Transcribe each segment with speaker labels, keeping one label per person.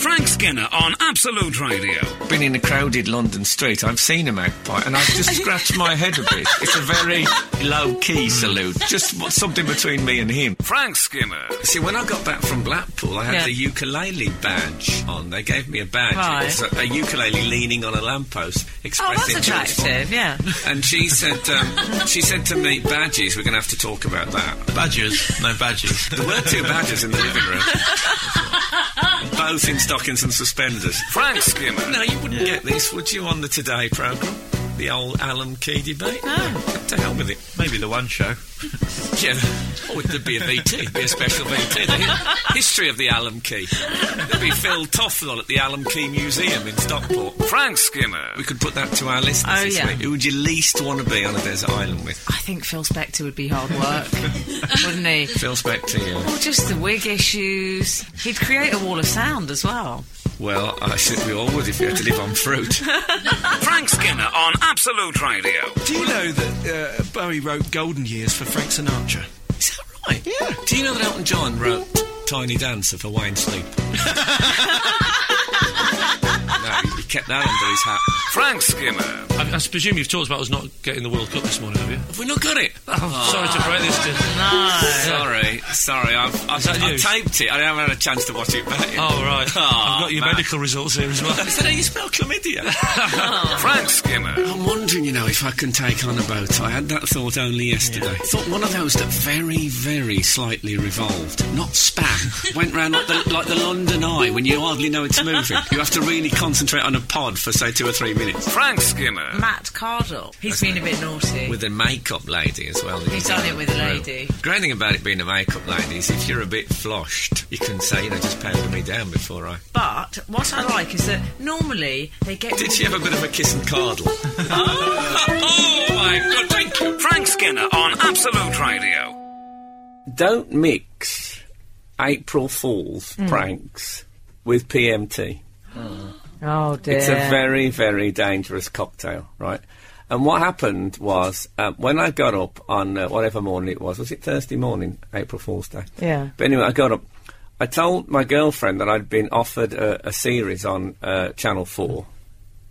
Speaker 1: Frank Skinner on Absolute Radio.
Speaker 2: Been in a crowded London street. I've seen a magpie, and I've just scratched my head a bit. It's a very low key
Speaker 3: Hmm.
Speaker 2: salute, just w- something between me and him.
Speaker 1: Frank Skinner.
Speaker 2: See, when I got back from Blackpool, I had
Speaker 3: Yeah.
Speaker 2: the ukulele badge on. They gave me a badge.
Speaker 3: Right.
Speaker 2: It was a, a ukulele leaning on a lamppost,
Speaker 3: Oh,
Speaker 2: expressing
Speaker 3: that's
Speaker 2: joyful-
Speaker 3: attractive, yeah.
Speaker 2: And she said, um, she said to me, badges. We're going to have to talk about that.
Speaker 4: Badgers? No, badgers.
Speaker 2: There were two badges in the living room, both in stockings and suspenders.
Speaker 1: Frank Skinner.
Speaker 2: No, you wouldn't get this, would you, on the Today programme? The old Alan Key debate? No. To hell with it.
Speaker 4: Maybe the one show.
Speaker 2: Yeah. Oh, it'd be a VT. It'd be a special VT. The hi- history of the Alan Key. There'd be Phil Toffler at the Alan Key Museum in Stockport.
Speaker 1: Frank Skinner.
Speaker 2: We could put that to our listeners
Speaker 3: Oh,
Speaker 2: this
Speaker 3: yeah.
Speaker 2: week. Who would you least want to be on a desert island with?
Speaker 3: I think Phil Spector would be hard work, wouldn't he?
Speaker 2: Phil Spector, yeah.
Speaker 3: Well, just the wig issues. He'd create a wall of sound as well.
Speaker 2: Well, I think we all would if you had to live on fruit.
Speaker 1: Frank Skinner on Absolute Radio.
Speaker 4: Do you know that uh, Bowie wrote Golden Years for Frank Sinatra?
Speaker 2: Is that right? Yeah. Do you know that Elton John wrote Tiny Dancer for Wayne Sleep? no, he kept that under his hat.
Speaker 1: Frank Skinner.
Speaker 5: I, I presume you've talked about us not getting the World Cup this morning, have you?
Speaker 2: Have we not got it?
Speaker 5: Sorry to break this to.
Speaker 2: Sorry, sorry, I've, I've,
Speaker 5: Is that
Speaker 2: I've
Speaker 5: you?
Speaker 2: taped it. I haven't had a chance to watch it back yet.
Speaker 5: Oh, right.
Speaker 2: Aw,
Speaker 5: I've got your
Speaker 2: man.
Speaker 5: medical results here as well.
Speaker 2: Is that how you spell chlamydia?
Speaker 1: Frank Skinner.
Speaker 2: I'm wondering, you know, if I can take on a bow tie. I had that thought only yesterday. Thought one of those that very, very slightly revolved, not spam, went round like the, like the London Eye when you hardly know it's moving. You have to really concentrate on a pod for, say, two or three minutes.
Speaker 1: Frank Skinner.
Speaker 3: Matt Cardle. He's been a bit naughty.
Speaker 2: With a makeup lady as well.
Speaker 3: He's done it with a lady.
Speaker 2: Great thing about it being a makeup lady is if you're a bit floshed, you can say, you know, just powder me down before I.
Speaker 3: but what I like is that normally they get.
Speaker 2: Did she have a bit of a kiss and cardle?
Speaker 1: Oh my god, thank you. Frank Skinner on Absolute Radio.
Speaker 2: Don't mix April Fool's pranks with PMT.
Speaker 3: Oh dear.
Speaker 2: It's a very, very dangerous cocktail, right? And what happened was um, when I got up on uh, whatever morning it was, was it Thursday morning, April Fool's Day?
Speaker 3: Yeah.
Speaker 2: But anyway, I got up. I told my girlfriend that I'd been offered a, a series on uh, Channel 4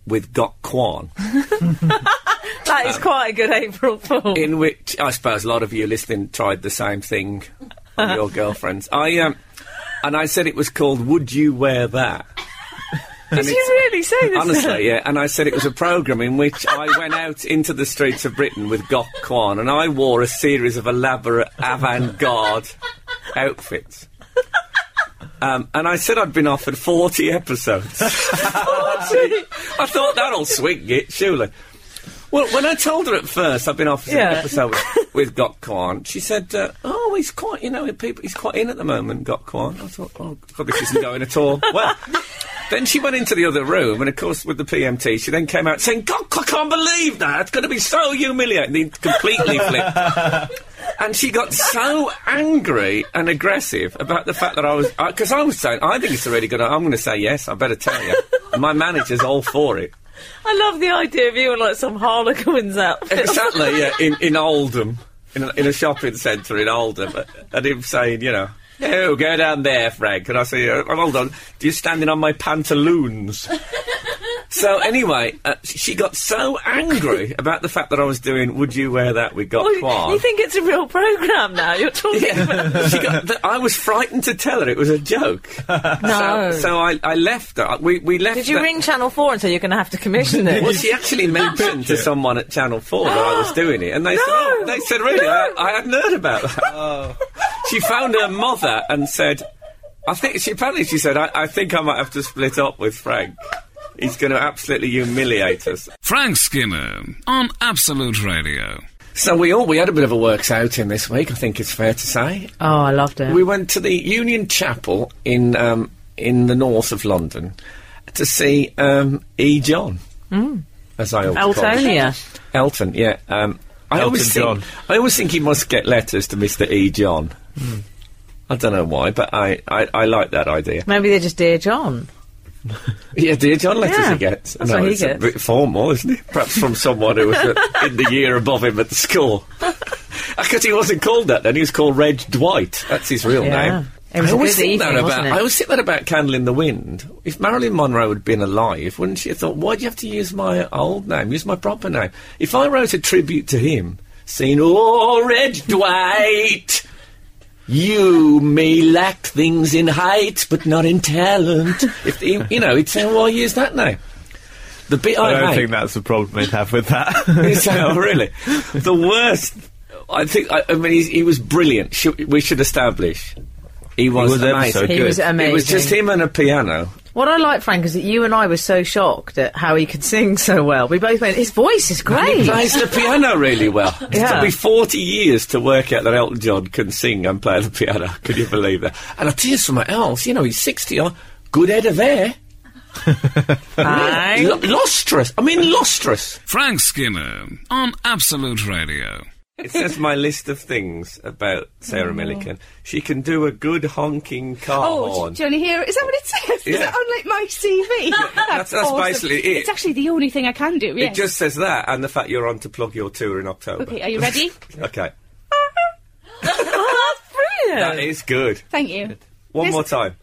Speaker 2: with Gok Kwan,
Speaker 3: that
Speaker 2: um,
Speaker 3: is quite a good April Fool.
Speaker 2: in which I suppose a lot of you listening tried the same thing on your girlfriends. I um, And I said it was called Would You Wear That?
Speaker 3: Did you really say this?
Speaker 2: Honestly, yeah. And I said it was a programme in which I went out into the streets of Britain with Gok Kwan and I wore a series of elaborate avant garde outfits. Um, and I said I'd been offered 40 episodes. 40? I thought that'll swing it, surely. Well, when I told her at first I'd been offered
Speaker 3: Yeah.
Speaker 2: an episode with, with Gok Kwan, she said, uh, "Oh, he's quite, you know, people, he's quite in at the moment, Gok Kwan." I thought, "Oh God, this isn't going at all." Well, then she went into the other room, and of course, with the PMT, she then came out saying, "God, I can't believe that! It's going to be so humiliating." They completely flipped. And she got so angry and aggressive about the fact that I was because I was saying I think it's a really good. I'm going to say yes. I better tell you. My manager's all for it.
Speaker 3: I love the idea of you in like some harlequin's outfit.
Speaker 2: Exactly, yeah, in, in Oldham, in a, in a shopping centre in Oldham, uh, and him saying, you know, oh, go down there, Frank. And I say, oh, hold on, you're standing on my pantaloons. so anyway, uh, she got so angry about the fact that I was doing Would You Wear That We Got Kwan.
Speaker 3: you think it's a real program now? You're talking about.
Speaker 2: Yeah. she got, th- I was frightened to tell her it was a joke. No. So, so I, I left her. I- We, we left
Speaker 3: Did you
Speaker 2: her-
Speaker 3: ring Channel 4 and say you're going to have to commission it?
Speaker 2: Well, she actually mentioned to someone at Channel 4 that I was doing it, and they said, oh, they said, really, I, I hadn't heard about that.
Speaker 3: Oh.
Speaker 2: She found her mother and said, I think, she apparently she said, I, I think I might have to split up with Frank. He's going to absolutely humiliate us.
Speaker 1: Frank Skinner on Absolute Radio.
Speaker 2: So we all, we had a bit of a works outing this week, I think it's fair to say.
Speaker 3: Oh, I loved it.
Speaker 2: We went to the Union Chapel in um, in the north of London to see um, E. John, as I always call him.
Speaker 3: Eltonia.
Speaker 2: Elton, yeah. Um, I
Speaker 4: Elton
Speaker 2: always think,
Speaker 4: John.
Speaker 2: I always think he must get letters to Mr. E. John.
Speaker 4: Hmm.
Speaker 2: I don't know why, but I, I, I like that idea.
Speaker 3: Maybe they're just Dear John.
Speaker 2: Yeah, dear John letters
Speaker 3: Yeah,
Speaker 2: he gets.
Speaker 3: that's what he
Speaker 2: it's
Speaker 3: gets.
Speaker 2: a bit formal, isn't it? Perhaps from someone who was uh, in the year above him at the school. Because he wasn't called that then, he was called Reg Dwight. That's his real
Speaker 3: Yeah.
Speaker 2: name.
Speaker 6: It was
Speaker 2: I
Speaker 6: a
Speaker 2: always
Speaker 6: good
Speaker 2: think
Speaker 6: evening,
Speaker 2: that about.
Speaker 6: wasn't it?
Speaker 2: I always think that about "Candle in the Wind." If Marilyn Monroe had been alive, wouldn't she have thought, "Why do you have to use my old name? Use my proper name." If I wrote a tribute to him, saying, "Oh, Red Dwight, you may lack things in height, but not in talent," if he, you know, he'd say, "Why use that name?" The bit I,
Speaker 7: I don't
Speaker 2: hate-
Speaker 7: think that's the problem they'd have with that.
Speaker 2: it's oh, really the worst. I think. I, I mean, he's, he was brilliant. Should, we should establish. He was,
Speaker 7: was ever
Speaker 2: amazing.
Speaker 7: so He
Speaker 6: good. was
Speaker 2: It was just
Speaker 6: amazing.
Speaker 2: him and a piano.
Speaker 6: What I like, Frank, is that you and I were so shocked at how he could sing so well. We both went, his voice is
Speaker 2: He
Speaker 6: great.
Speaker 2: plays the piano really well. It
Speaker 6: Yeah.
Speaker 2: took me 40 years to work out that Elton John can sing and play the piano. Can you believe that? And I tell you something else. You know, he's 60. uh, Good head of hair.
Speaker 8: Eh?
Speaker 6: Aye.
Speaker 2: L- lustrous. I mean, lustrous.
Speaker 1: Frank Skinner on Absolute Radio.
Speaker 2: It says my list of things about Sarah Millican. She can do a good honking car
Speaker 8: Oh,
Speaker 2: horn.
Speaker 8: do you want to hear it? Is that what it says? Is
Speaker 2: Yeah.
Speaker 8: it on like my CV?
Speaker 2: that's- that's
Speaker 8: awesome.
Speaker 2: basically it.
Speaker 8: It's actually the only thing I can do. Yes.
Speaker 2: It just says that, and the fact you're on to plug your tour in October.
Speaker 8: Okay, are you ready?
Speaker 2: Okay,
Speaker 8: oh, that's brilliant.
Speaker 2: that is good.
Speaker 8: Thank you.
Speaker 2: One
Speaker 8: This-
Speaker 2: more time.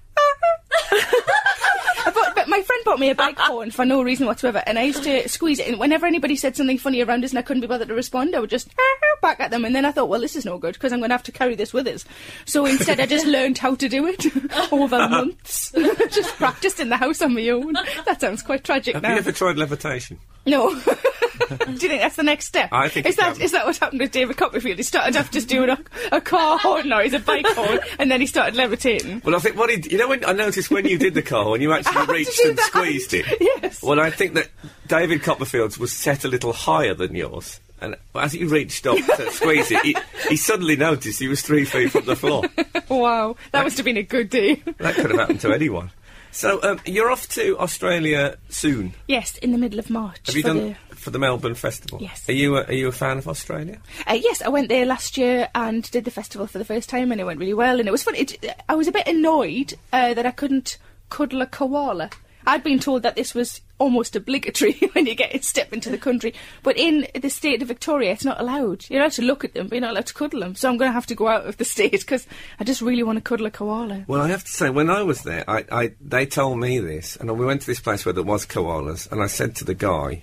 Speaker 8: I bought, but my friend bought me a bike horn for no reason whatsoever, and I used to squeeze it. And whenever anybody said something funny around us and I couldn't be bothered to respond, I would just back at them. And then I thought, well, this is no good because I'm going to have to carry this with us. So instead, I just learned how to do it over months. just practiced in the house on my own. That sounds quite tragic
Speaker 2: Have
Speaker 8: now.
Speaker 2: you ever tried levitation?
Speaker 8: No. do you think that's the next step?
Speaker 2: I think
Speaker 8: is
Speaker 2: it
Speaker 8: that
Speaker 2: can.
Speaker 8: is that what happened with David Copperfield? He started off just doing a, a car horn noise, a bike horn, and then he started levitating.
Speaker 2: Well, I think what he, you know, when I noticed when you did the car horn, you
Speaker 8: I had
Speaker 2: actually
Speaker 8: to
Speaker 2: reached
Speaker 8: do
Speaker 2: and
Speaker 8: that.
Speaker 2: squeezed it.
Speaker 8: Yes.
Speaker 2: Well, I think that David Copperfield's was set a little higher than yours. And as he reached up to squeeze it, he, he suddenly noticed he was three feet from the floor.
Speaker 8: Wow, that must have been a good day.
Speaker 2: That could have happened to anyone. So um, you're off to Australia soon.
Speaker 8: Yes, in the middle of March.
Speaker 2: Have you
Speaker 8: for
Speaker 2: done
Speaker 8: the-
Speaker 2: for the Melbourne Festival?
Speaker 8: Yes.
Speaker 2: Are you a, are you a fan of Australia?
Speaker 8: Uh, yes, I went there last year and did the festival for the first time, and it went really well. And it was fun. It, I was a bit annoyed uh, that I couldn't cuddle a koala. I'd been told that this was almost obligatory when you get a step into the country, but in the state of Victoria, it's not allowed. You're allowed to look at them, but you're not allowed to cuddle them. So I'm going to have to go out of the state because I just really want to cuddle a koala.
Speaker 2: Well, I have to say, when I was there, I, I they told me this, and we went to this place where there was koalas, and I said to the guy,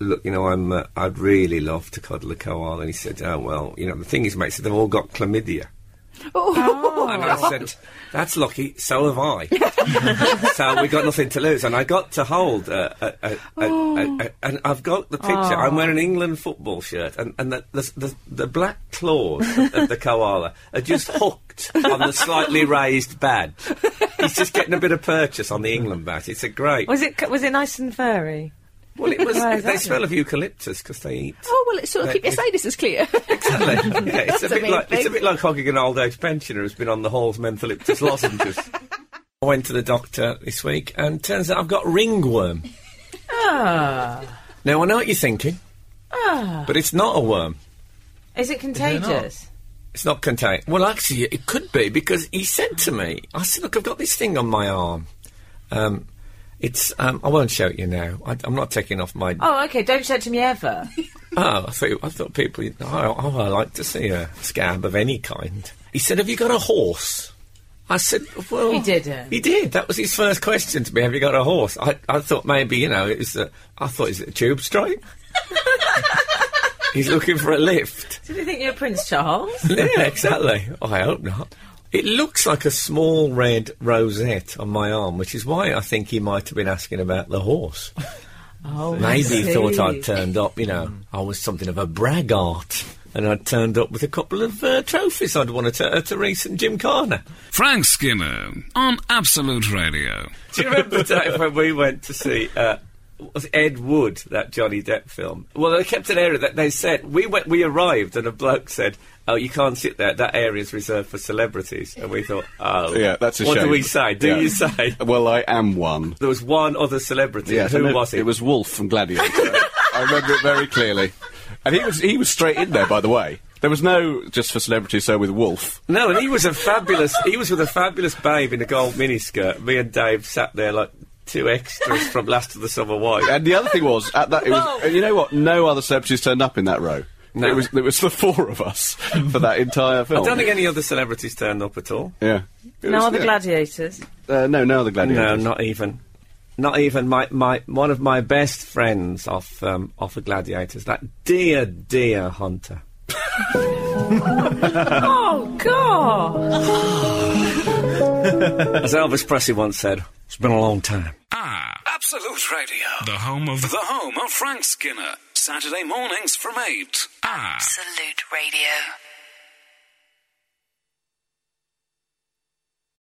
Speaker 2: "Look, you know, I'm uh, I'd really love to cuddle a koala," and he said, "Oh well, you know, the thing is, mate, so they've all got chlamydia."
Speaker 8: Oh,
Speaker 2: And I said, "That's lucky. So have I. so we got nothing to lose." And I got to hold, uh, a, a, a, a, a, and I've got the picture. I'm wearing an England football shirt, and, and the, the, the the black claws of the koala are just hooked on the slightly raised badge. He's just getting a bit of purchase on the England badge. It's a great.
Speaker 6: Was it was it nice and furry?
Speaker 2: Well, it was.
Speaker 6: Why is
Speaker 2: they
Speaker 6: that?
Speaker 2: smell of eucalyptus because they eat.
Speaker 8: oh well, it's sort of
Speaker 2: Right,
Speaker 8: keep your
Speaker 2: it-
Speaker 8: sinuses clear.
Speaker 2: Exactly. yeah, it's a
Speaker 8: That's
Speaker 2: bit like it's a
Speaker 8: amazing.
Speaker 2: bit like hogging an old age pensioner who's been on the halls mentholyptus lozenges. I went to the doctor this week, and turns out I've got ringworm. Now I know what you're thinking, but it's not a worm.
Speaker 6: Is it contagious?
Speaker 2: It's not contained. Well, actually, it could be because he said to me, I said, look, I've got this thing on my arm. Um, it's. Um, I won't show it you now. I, I'm not taking off my. Oh,
Speaker 6: Oh, okay. Don't show it to me ever.
Speaker 2: I thought. I thought people. Oh, oh, I like to see a scab of any kind. He said, "Have you got a horse?" I said, "Well,
Speaker 6: He didn't.
Speaker 2: He did. That was his first question to me. Have you got a horse? I, I thought maybe you know it was. A, I thought is it a tube strike? He's looking for a lift.
Speaker 6: Did you think you're Prince Charles?
Speaker 2: yeah, exactly. I hope not. It looks like a small red rosette on my arm, which is why I think he might have been asking about the horse.
Speaker 6: Oh,
Speaker 2: Maybe he thought I'd turned up, you know, I was something of a braggart. And I'd turned up with a couple of uh, trophies I'd won at a, at a recent Gymkhana.
Speaker 1: Frank Skinner on Absolute Radio.
Speaker 2: Do you remember the time when we went to see uh, was Ed Wood, that Johnny Depp film? Well, they kept an area that they said we went, we arrived, and a bloke said, "Oh, you can't sit there. That area's reserved for celebrities." And we thought, "Oh,
Speaker 9: Yeah, that's a
Speaker 2: what
Speaker 9: shame.
Speaker 2: do we say? Do
Speaker 9: Yeah.
Speaker 2: you say
Speaker 9: Well, I am one.
Speaker 2: there was one other celebrity?
Speaker 9: Yes,
Speaker 2: Who
Speaker 9: and
Speaker 2: was it?
Speaker 9: It was Wolf from Gladiator. I remember it very clearly, and he was he was straight in there. By the way, there was no just for celebrities. So with Wolf,
Speaker 2: No, and he was a fabulous. he was with a fabulous babe in a gold miniskirt. Me and Dave sat there like two extras from Last of the Summer Wife.
Speaker 9: and the other thing was at that it was. And you know what? No other celebrities turned up in that row.
Speaker 2: No.
Speaker 9: It was it was the four of us for that entire film.
Speaker 2: I don't think any other celebrities turned up at all.
Speaker 9: yeah. It
Speaker 6: No
Speaker 9: was-
Speaker 6: other
Speaker 9: yeah.
Speaker 6: gladiators.
Speaker 9: Uh, no, no other
Speaker 2: No,
Speaker 9: gladiators.
Speaker 2: not even. Not even my, my one of my best friends off um, off of Gladiators, that dear dear Hunter.
Speaker 6: Oh God!
Speaker 2: As Elvis Presley once said, it's been a long time.
Speaker 1: Ah, Absolute Radio.
Speaker 4: The home of
Speaker 1: The home of Frank Skinner. Saturday mornings from 8. Ah.
Speaker 3: Absolute Radio.